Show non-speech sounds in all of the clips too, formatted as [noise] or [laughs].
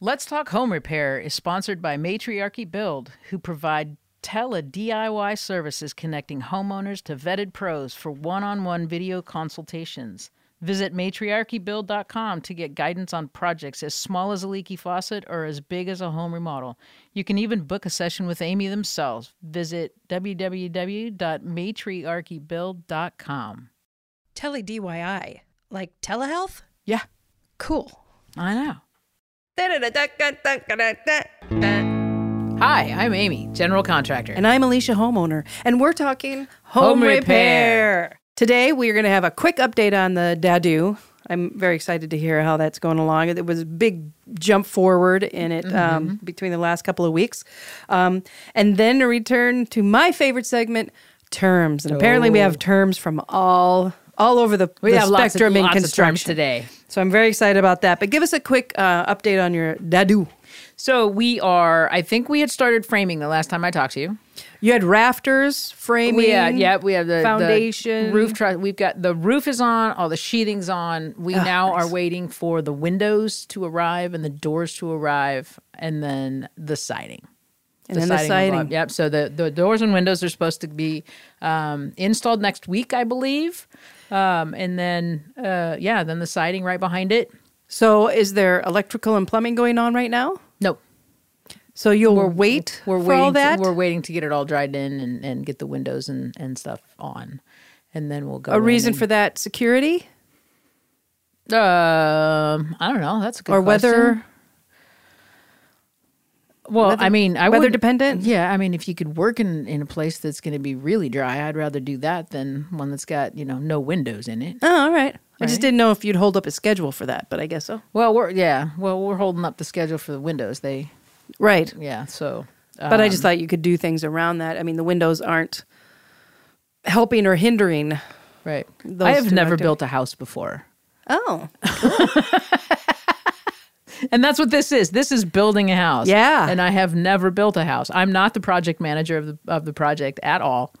Let's Talk Home Repair is sponsored by Matriarchy Build, who provide tele DIY services connecting homeowners to vetted pros for one on one video consultations. Visit matriarchybuild.com to get guidance on projects as small as a leaky faucet or as big as a home remodel. You can even book a session with Amy themselves. Visit www.matriarchybuild.com. Tele DIY, like telehealth? Yeah, Cool. I know. And Hi, I'm Amy, general contractor. I'm Alicia, homeowner, and we're talking home, Home repair. repair. Today, we are going to have a quick update on the Dadu. I'm very excited to hear how that's going along. It was a big jump forward in it Mm-hmm. um, between the last couple of weeks. Um, and then a return to my favorite segment, terms. And apparently, we have terms from all all over the, Oh. we the have lots of, spectrum in lots of terms construction today. So I'm very excited about that. But give us a quick uh, update on your Dadu. So we are. I think we had started framing the last time I talked to you. You had rafters, framing. We had, yeah, we have the the foundation. roof. Tru- we've got the roof is on, all the sheathing's on. We now are waiting for the windows to arrive and the doors to arrive, and then the siding. And then the siding. above. Yep. So the, the doors and windows are supposed to be um, installed next week, I believe. Um, and then, uh, yeah, then the siding right behind it. So is there electrical and plumbing going on right now? No, So you'll wait we're for waiting all that? To, we're waiting to get it all dried in and, and get the windows and, and stuff on, and then we'll go. a reason for that security for um, I don't know. That's a good or question. whether Well, I mean, I weather would- dependent? Yeah, I mean, if you could work in in a place that's going to be really dry, I'd rather do that than one that's got you know no windows in it. Oh, all right. I just Right. didn't know if you'd hold up a schedule for that, but I guess so. Well, we're yeah, well, we're holding up the schedule for the windows. They Right. yeah, so But I Um, just thought you could do things around that. I mean, the windows aren't helping or hindering. right. Those I have two never active- built a house before. Oh. And that's what this is. This is building a house. Yeah. And I have never built a house. I'm not the project manager of the of the project at all.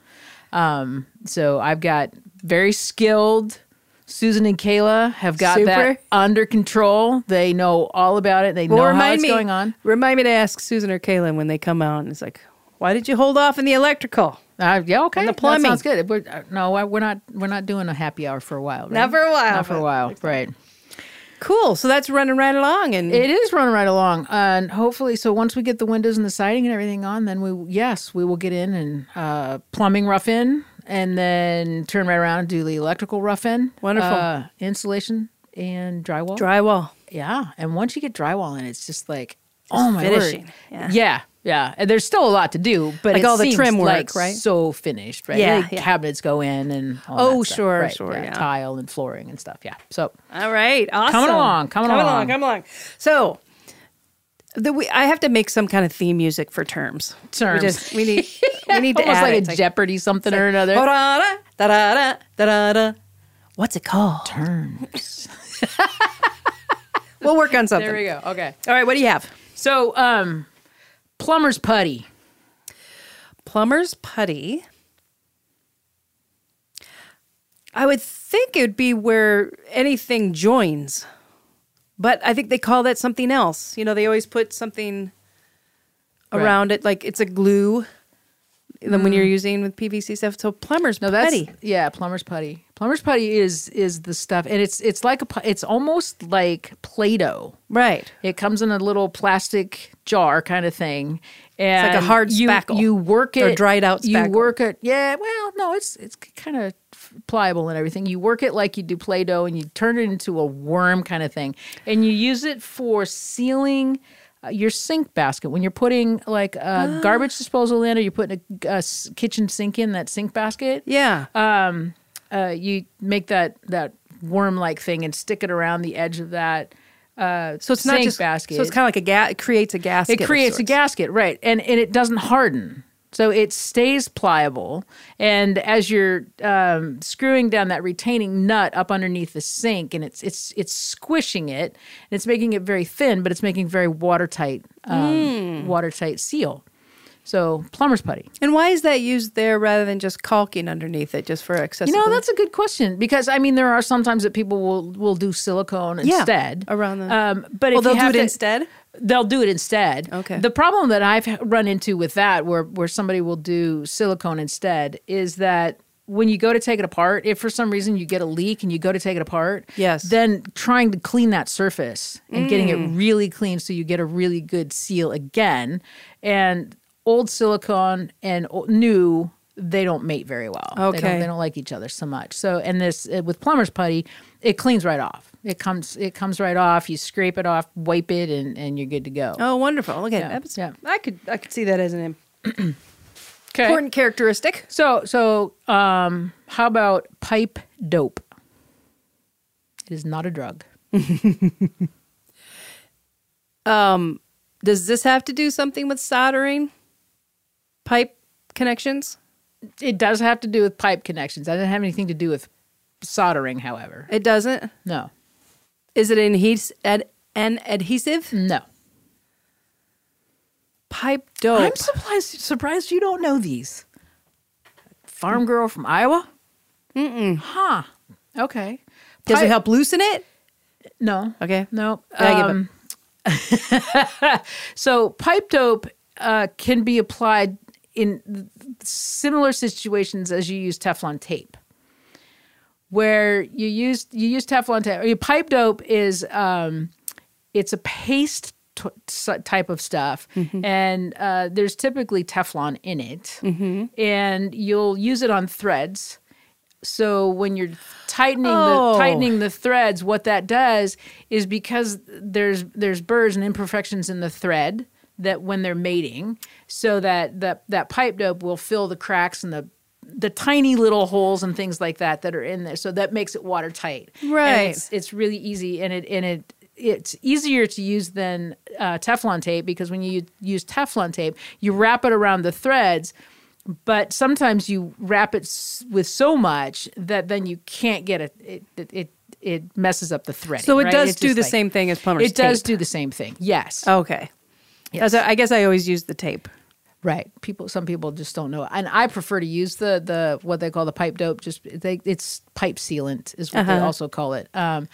Um, so I've got very skilled Susan and Kayla have got Super. that under control. They know all about it. They Well, know how remind it's me, going on. Remind me to ask Susan or Kaylin when they come out and it's like, why did you hold off on the electrical? Uh, yeah, okay. And the That plumbing. sounds good. We're, uh, no, I- we're not. We're not doing a happy hour for a while. Right? Not for a while, Not for but- a while. Right. Cool. So that's running right along and It is running right along, and hopefully, so once we get the windows and the siding and everything on, then we yes, we will get in and uh, plumbing rough in, and then turn right around and do the electrical rough in, Wonderful. uh, insulation and drywall. drywall. yeah, and once you get drywall in, it's just like oh my finishing. word, Yeah. yeah. yeah. And there's still a lot to do, but Like it all the seems trim work, like right? So finished, right? Yeah, Like yeah. cabinets go in, and all Oh, that stuff, sure, right, sure, yeah. tile and flooring and stuff. Yeah, so All right, awesome. along, coming along, along. coming along. So, the, we, I have to make some kind of theme music for terms. Terms. [laughs] We, just, we need we need to almost add like it. a It's Jeopardy something or another. Ba-da-da, da-da-da, da-da-da. What's it called? terms. We'll work on [laughs] something. There we go. Okay. All right, what do you have? So, um, plumber's putty. Plumber's putty. I would think it would be where anything joins, but I think they call that something else. You know, they always put something Right. Mm. around it, like it's a glue. Than when you're using with PVC stuff, so plumber's No, that's putty. yeah, plumber's putty. Plumber's putty is is the stuff, and it's it's like a pu- it's almost like Play-Doh. right. It comes in a little plastic jar kind of thing. And like a hard you, spackle. You work it Or dried out You spackle. work it. Yeah. Well, no, it's it's kind of pliable and everything. You work it like you do play doh, and you turn it into a worm kind of thing, and you use it for sealing. uh, Your sink basket when you're putting like a Ah. garbage disposal in, or you're putting a, a s- kitchen sink in that sink basket, Yeah. um, uh, you make that that worm like thing and stick it around the edge of that. Uh, so it's not sink just basket. So it's kind of like a gas. It creates a it gasket. of creates a sorts. gasket, right? And and it doesn't harden, so it stays pliable. And as you're um, screwing down that retaining nut up underneath the sink, and it's it's it's squishing it, and it's making it very thin, but it's making very watertight um, watertight seal. So plumber's putty. And why Hmm. is that used there rather than just caulking underneath it, just for You accessibility? know, that's a good question because I mean, there are sometimes that people will will do silicone Yeah, instead around the- Um, but Well, if you they'll do have it to- instead? they'll do it instead. Okay. The problem that I've run into with that, where where somebody will do silicone instead, is that when you go to take it apart, if for some reason you get a leak and you go to take it apart, Yes. Mm. then trying to clean that surface and getting it really clean so you get a really good seal again. And old silicone and o- new they don't mate very well. They Okay. don't, they don't like each other so much. So and this uh, with plumber's putty, it cleans right off. It comes it comes right off. You scrape it off, wipe it, and and you're good to go. Oh, wonderful. Okay. Yeah, That's- yeah. I could I could see that as an Okay. important characteristic. So so um, how about pipe dope? It is not a drug. Um, does this have to do something with soldering pipe connections? It does have to do with pipe connections. That doesn't have anything to do with soldering, however. It doesn't. No, Is it an, adhes- ad- an adhesive? no. Pipe dope. I'm surprised surprised you don't know these. Farm girl from Iowa. Mm-mm. Huh. Okay. does Pipe- it help loosen it? No. Okay. No. I give up. Um, [laughs] so pipe dope uh, can be applied in th- similar situations as you use Teflon tape, where you use you use Teflon tape. Or pipe dope is um, it's a paste t- s- type of stuff, Mm-hmm. and uh, there's typically Teflon in it, Mm-hmm. and you'll use it on threads. So when you're tightening Oh. the tightening the threads, what that does is because there's there's burrs and imperfections in the thread that when they're mating, so that that that pipe dope will fill the cracks and the the tiny little holes and things like that that are in there. So that makes it watertight. And Right. it's- it's really easy and it and it it's easier to use than uh, Teflon tape because when you use Teflon tape, you wrap it around the threads, but sometimes you wrap it s- with so much that then you can't get it. It it it, it messes up the thread. So it does do the same thing as plumber's It does tape. do the same thing. Yes. Okay. Yes. As I I guess I always use the tape. Right. People. Some people just don't know, and I prefer to use the the what they call the pipe dope. Just they, it's pipe sealant is what they Uh-huh. also call it. Um,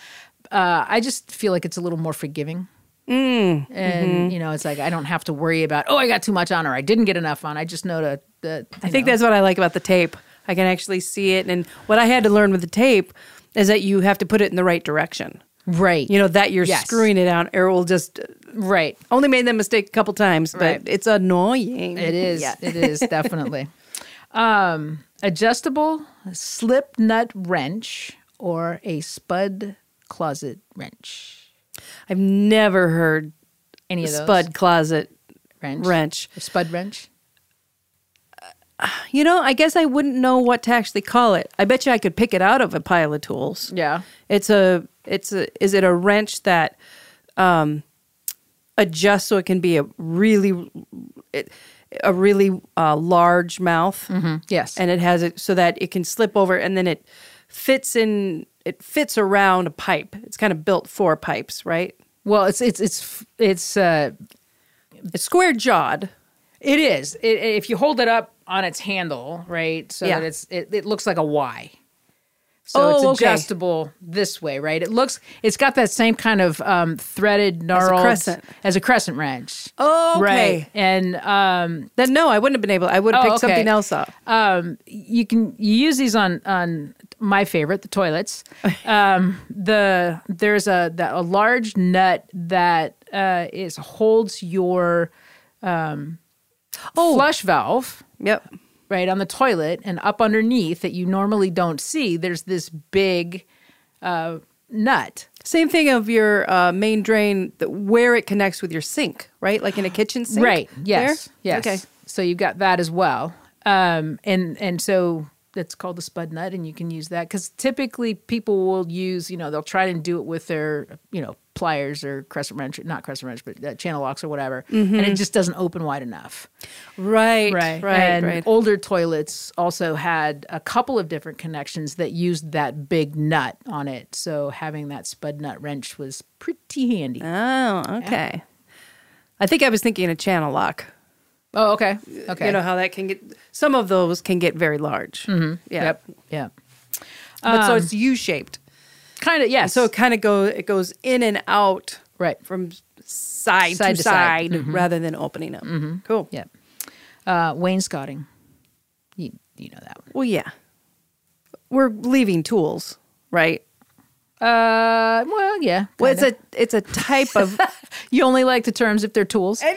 uh, I just feel like it's a little more forgiving. Mm, and mm-hmm. you know, it's like I don't have to worry about oh, I got too much on or I didn't get enough on. I just know to. The, I think that's what I like about the tape. I can actually see it. And what I had to learn with the tape is that you have to put it in the right direction. right. You know, that you're Yes. screwing it out. Errol just uh, [laughs] right. only made that mistake a couple times, but Right. it's annoying. It is. Yeah. It is [laughs] definitely. Um, adjustable slip nut wrench or a spud closet wrench. I've never heard Any of those spud closet wrench. wrench. A spud wrench. You know, I guess I wouldn't know what to actually call it. I bet you I could pick it out of a pile of tools. Yeah. It's a it's a is it a wrench that um adjusts so it can be a really it, a really uh, large mouth Mm-hmm. Yes. and it has it so that it can slip over and then it fits in it fits around a pipe. It's kind of built for pipes, right? well, it's it's it's it's uh It's square jawed. it is. It, if you hold it up on its handle, right? So Yeah. that it's it, it looks like a Y. So Oh, it's okay. adjustable this way, right? It looks it's got that same kind of um threaded gnarled crescent. as a crescent wrench. Oh, okay. Right. And um Then no, I wouldn't have been able. I would have Oh, picked okay. something else up. um, you can you use these on on my favorite the [laughs] toilets um, the there's a the, a large nut that uh, is holds your um, Oh. flush valve Yep. right on the toilet and up underneath that you normally don't see there's this big uh, nut Same thing of your uh, main drain, th- where it connects with your sink, right? Like in a kitchen sink. Right. Yes. there? Yes. Okay. So you've got that as well. Um, and and so that's called the spud nut, and you can use that because typically people will use, you know, they'll try and do it with their, you know, pliers or crescent wrench, not crescent wrench, but uh, channel locks or whatever, and it just doesn't open wide enough. Right. Mm-hmm. Right. Right. Oh, And older toilets also had a couple of different connections that used that big nut on it, so having that spud nut wrench was pretty handy. oh, okay. I think I was thinking a channel lock. oh, okay. Okay. You know how that can get, some of those can get very large. Yeah. Mm-hmm. Yep. Um, Yeah. But so it's U shaped. Kind of. Yeah. So it kind of go, it goes in and out Right. from Side side, Mm-hmm. to to side, side. rather than opening up. Cool. Yep. Uh, wainscoting. You, you know that one. Well, yeah. We're leaving tools, right? Uh, well, yeah. Well, it's a it's a type [laughs] of you only like the terms if they're tools. is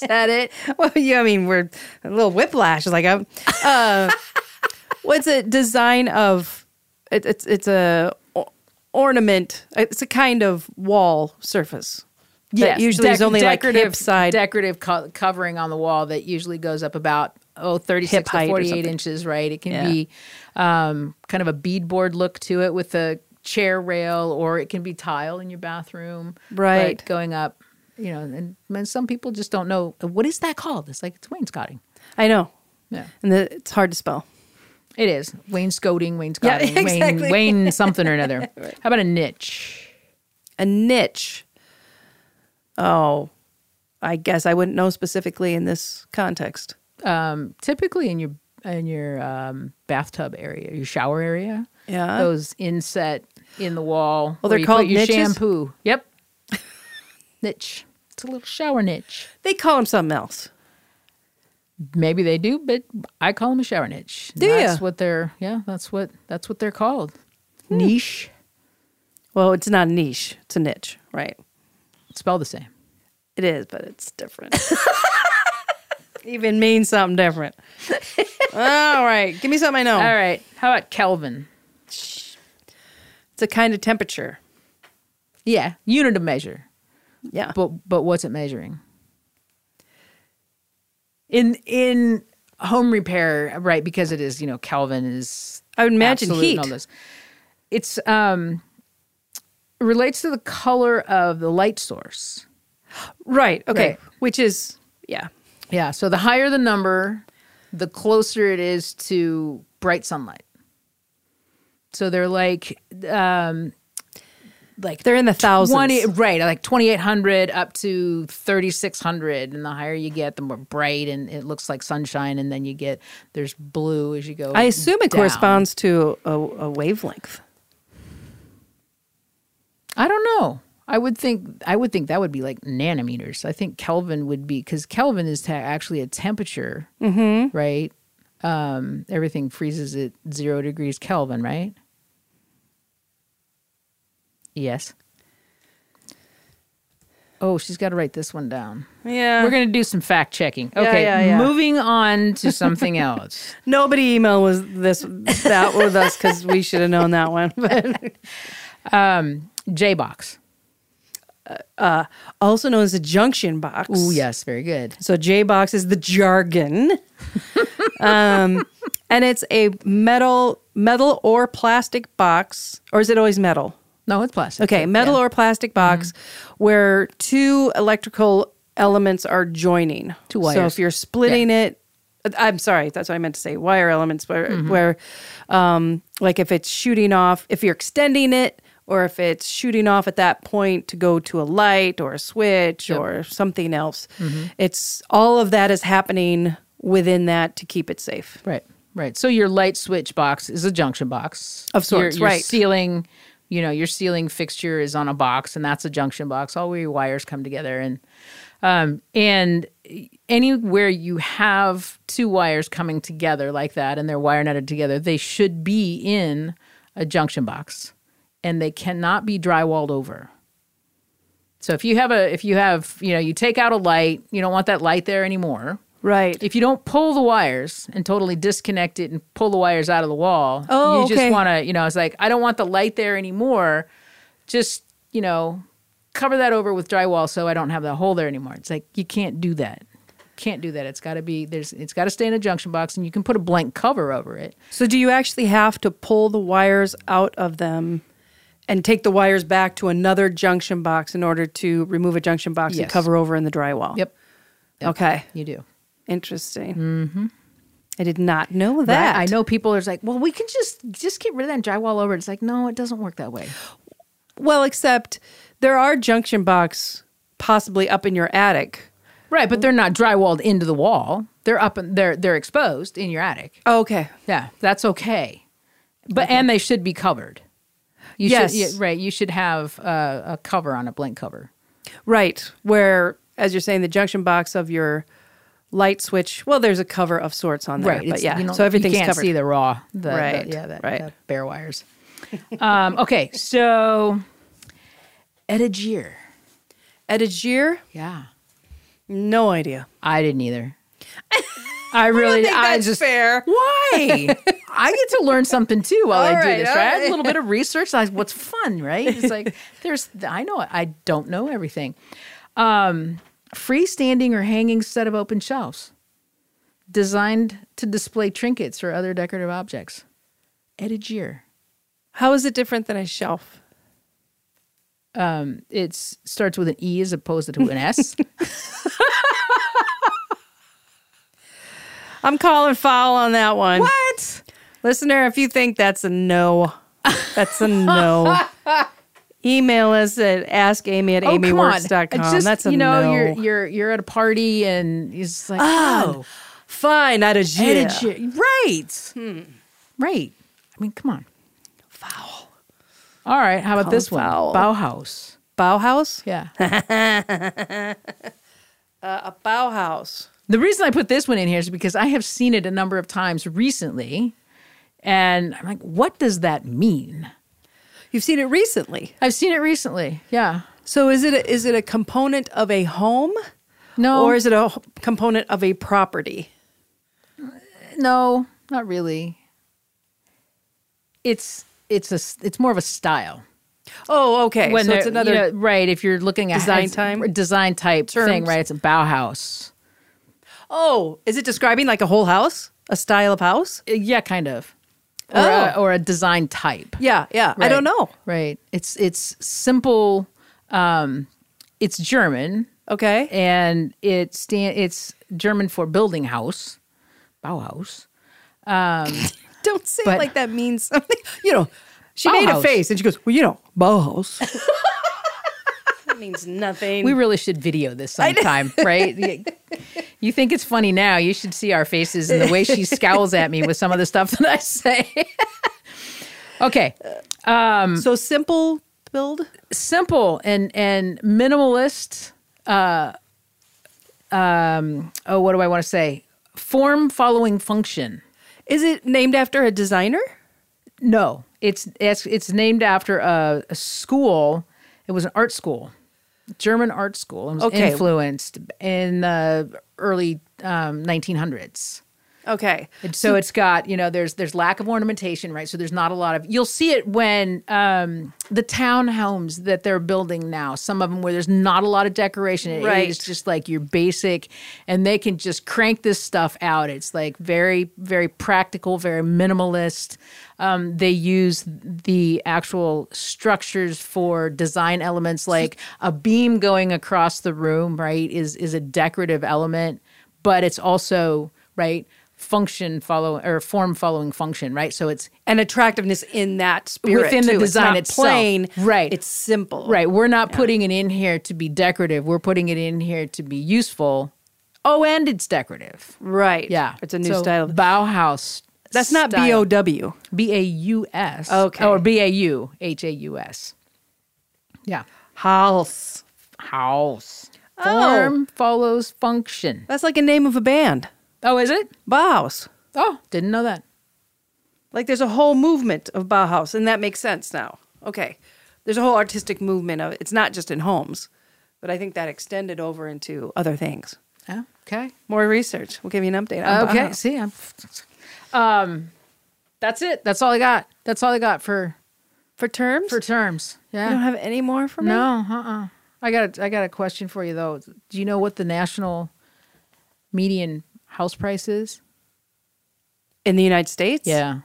that it? Well, yeah, I mean, we're a little whiplash. Like, I'm, uh, [laughs] what's a design of? It, it's it's a o- ornament. It's a kind of wall surface. that usually is dec- only like hip side. decorative co- covering on the wall that usually goes up about oh 36 Hip height to or 48 something. inches, right? It can Yeah. be um, kind of a beadboard look to it with a chair rail, or it can be tile in your bathroom, Right. but Going up, you know, and, and some people just don't know what is that called. It's like it's wainscoting. I know, Yeah, and the, it's hard to spell. it is [laughs] wainscoting, wainscoting, exactly. Wayne, Wayne something or [laughs] another. How about a niche? A niche. Oh, I guess I wouldn't know specifically in this context. um, typically in your in your um, bathtub area, your shower area. Yeah. those inset in the wall. Well, where they're you called put your niches? shampoo. Yep, [laughs] niche. It's a little shower niche. They call them something else. Maybe they do, but I call them a shower niche. Do that's ya? what they're yeah. That's what that's what they're called. Hmm. Niche. Well, it's not a niche. It's a niche, right? It's spelled the same. It is, but it's different. [laughs] Even means something different. All right, give me something I know. All right. How about Kelvin? It's a kind of temperature. Yeah, unit of measure. Yeah. But but what's it measuring? In in home repair, right? Because it is you know Kelvin is I would imagine absolute and heat. all this. It's um relates to the color of the light source. Right. Okay. Right. Which is yeah. Yeah. So the higher the number, the closer it is to bright sunlight. So they're like um like They're in the thousands. 20 e, right like 2800 up to 3600 and the higher you get the more bright and it looks like sunshine and then you get there's blue as you go I assume it down. corresponds to a, a wavelength. i don't know i would think i would think that would be like nanometers i think kelvin would be because kelvin is ta- actually a temperature Mm-hmm. right um, everything freezes at zero degrees kelvin right yes oh she's got to write this one down Yeah. We're going to do some fact checking. Uh. Yeah, Okay, yeah, yeah. moving on to [laughs] something else. Nobody email was this that with us because we should have known that one. J box. [laughs] also known as a junction box. Oh yes, very good. So J box is the jargon, [laughs] um, and it's a metal, metal or plastic box, or is it always metal? No, it's plastic. Okay, metal or plastic box, Mm-hmm. where two electrical elements are joining. Two So wires. if you're splitting it, uh, I'm sorry, that's what I meant to say. Wire elements, where, Mm-hmm. where, um, like if it's shooting off, if you're extending it. Or if it's shooting off at that point to go to a light or a switch or something else, Mm-hmm. it's all of that is happening within that to keep it safe. Right, right. So your light switch box is a junction box Of sorts, Your, your right. Ceiling, you know, your ceiling fixture is on a box, and that's a junction box. All where your wires come together, and um, and anywhere you have two wires coming together like that, and they're wire netted together, they should be in a junction box, and they cannot be drywalled over. So if you have a if you have you know you take out a light, you don't want that light there anymore. Right. If you don't pull the wires and totally disconnect it and pull the wires out of the wall, Oh, you okay. just want to, you know, it's like, I don't want the light there anymore. Just, you know, cover that over with drywall so I don't have that hole there anymore. It's like, you can't do that. Can't do that. It's got to be, there's, it's got to stay in a junction box and you can put a blank cover over it. So do you actually have to pull the wires out of them and take the wires back to another junction box in order to remove a junction box and Yes. cover over in the drywall? Yep. Yep. Okay. You do. Interesting. Mm-hmm. I did not know that. Right? I know people are like, well, we can just, just get rid of that and drywall over it. It's like, no, it doesn't work that way. Well, except there are junction box possibly up in your attic. Right. But they're not drywalled into the wall. They're up and they're, they're exposed in your attic. Oh, okay. Yeah, that's okay. But and they should be covered. You Yes. should, yeah, right. You should have uh, a cover on a blank cover. Right. Where, as you're saying, the junction box of your light switch, well, there's a cover of sorts on there. Right. But it's- yeah, you don't- so everything's you can't covered. see the raw. The, the- Right, yeah. That, right. the bare wires. [laughs] um, okay. So, Etagir. Etagier? Yeah. No idea. I didn't [laughs] either. I really. I, just. fair. Why? I get to learn something too while I All do right, this, all right? I had right. a little [laughs] bit of research. I, what's fun, right? It's like there's. I know. I don't know everything. Um, freestanding or hanging set of open shelves, designed to display trinkets or other decorative objects. Etagere. How is it different than a shelf? Um, it starts with an E as opposed to an [laughs] S. I'm calling foul on that one. what? Listener, if you think that's a no, that's a no. [laughs] Email us at askamy at Oh, come on. amyworks.com. It's just, that's a you know, no. you're you're you're at a party and it's like Oh. oh. Fine, not a Yeah. G. Right. Right. I mean, come on. Foul. All right. How about this one? foul. Bauhaus. Bauhaus? Yeah. A Bauhaus. the reason I put this one in here is because I have seen it a number of times recently. And I'm like, what does that mean? You've seen it recently. I've seen it recently. Yeah. So is it a, is it a component of a home No. or is it a h- component of a property? no, not really. It's it's a s- it's more of a style. Oh, okay. so it's they're- another you know, right. If you're looking at Design it's time? a design type thing, Terms. right? It's a Bauhaus. Oh, is it describing like a whole house? A style of house? Uh, Yeah, kind of. Or, a, Oh. or a design type. Yeah, yeah. I Right. don't know. Right. It's it's simple. Um, it's German, Okay. and it stand. It's German for building house, Bauhaus. Don't say But- it like that means something. [laughs] You know, she made a Bauhaus. face and she goes, "Well, you know, Bauhaus." [laughs] that means nothing. We really should video this sometime, [laughs] right? You- You think it's funny now? You should see our faces and the way she scowls at me with some of the stuff that I say. [laughs] okay, so simple build. simple and and minimalist uh um oh what do i want to say form following function Is it named after a designer? no it's it's, it's named after a, a school it was an art school german art school it was Okay. influenced in the early um, 1900s Okay. And so it's got you know there's there's lack of ornamentation right so there's not a lot of you'll see it when um, the townhomes that they're building now some of them where there's not a lot of decoration It- Right. it's just like your basic and they can just crank this stuff out it's like very very practical very minimalist um, they use the actual structures for design elements like a beam going across the room right is is a decorative element but it's also right function follow or form following function right so it's And attractiveness in that spirit Within the too. design it's itself. not plain, Right. It's simple, right we're not putting it in here to be decorative we're putting it in here to be useful oh and it's decorative Right. yeah It's a new So style. bauhaus That's not B O W. B A U S. Okay. Or B A U H A U S. Yeah. House. House. Oh. Form follows function. That's like a name of a band. Oh, is it? Bauhaus. Oh, didn't know that. Like there's a whole movement of Bauhaus, and that makes sense now. Okay. There's a whole artistic movement of it's not just in homes, but I think that extended over into other things. Oh, okay. More research. We'll give you an update. On Okay. Bauhaus. See, I'm. Um, that's it. That's all I got. That's all I got for For terms? for terms. you don't Yeah. have any more for me? No. Uh. uh I got. A, I got a question for you though. Do you know what the national median house price is? In the United States? Yeah.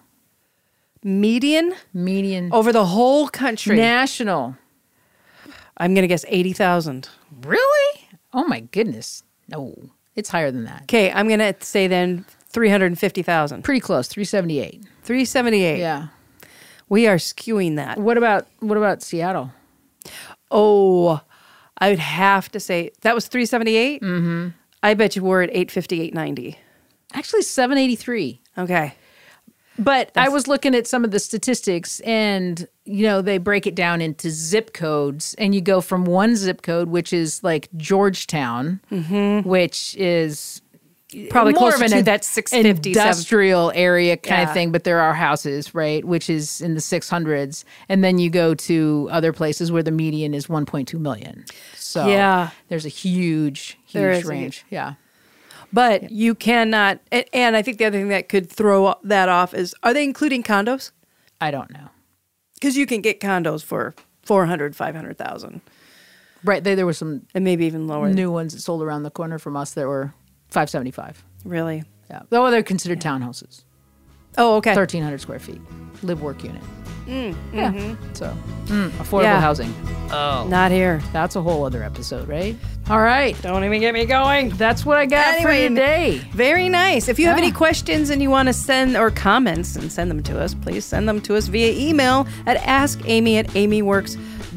Median Median. over the whole country. national. I'm going to guess 80,000. Really? Oh my goodness. No, it's higher than that. Okay. I'm going to say then 350,000. Pretty close, 378. 378. Yeah. We are skewing that. What about what about Seattle? Oh, I would have to say that was 378. Mm-hmm. I bet you we're at 850, 890. Actually 783. Okay. But I was looking at some of the statistics and you know they break it down into zip codes and you go from one zip code which is like Georgetown which is Mm-hmm. Probably more closer of an to in- that 650, seven- industrial area kind Yeah. of thing but there are houses right which is in the 600s and then you go to other places where the median is 1.2 million so Yeah. there's a huge There huge is a huge- range yeah But you cannot. And, and I think the other thing that could throw that off is are they including condos? I don't know Because you can get condos for 400, 500,000 right there there was some and maybe even lower. new ones that sold around the corner from us that were 575 Really? yeah though they're considered townhouses Oh, okay. 1300 square feet live work unit yeah so mm, affordable Yeah. housing Not here. that's a whole other episode right all right Don't even get me going. that's what i got Anyway. for today Very nice. If you have Yeah. any questions and you want to send or comments and send them to us, please send them to us via email at askamy at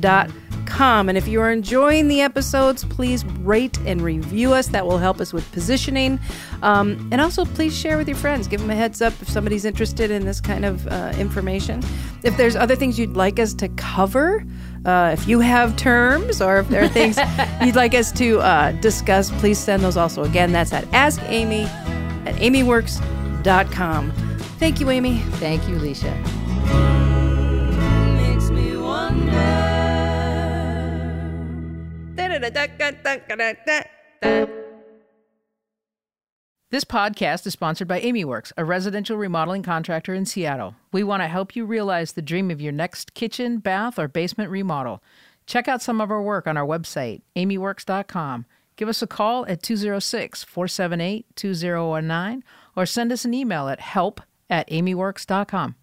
amyworks.com. And if you are enjoying the episodes, please rate and review us. That will help us with positioning. Um, and also, please share with your friends. Give them a heads up if somebody's interested in this kind of uh, information. If there's other things you'd like us to cover, uh, if you have terms or if there are things you'd like us to uh, discuss, please send those also. Again, that's at askamy at amyworks.com. Thank you, Amy. thank you leisha This podcast is sponsored by AmyWorks, a residential remodeling contractor in Seattle. We want to help you realize the dream of your next kitchen, bath, or basement remodel. Check out some of our work on our website, amyworks.com. Give us a call at 206 478 2019 or send us an email at help at amyworks.com.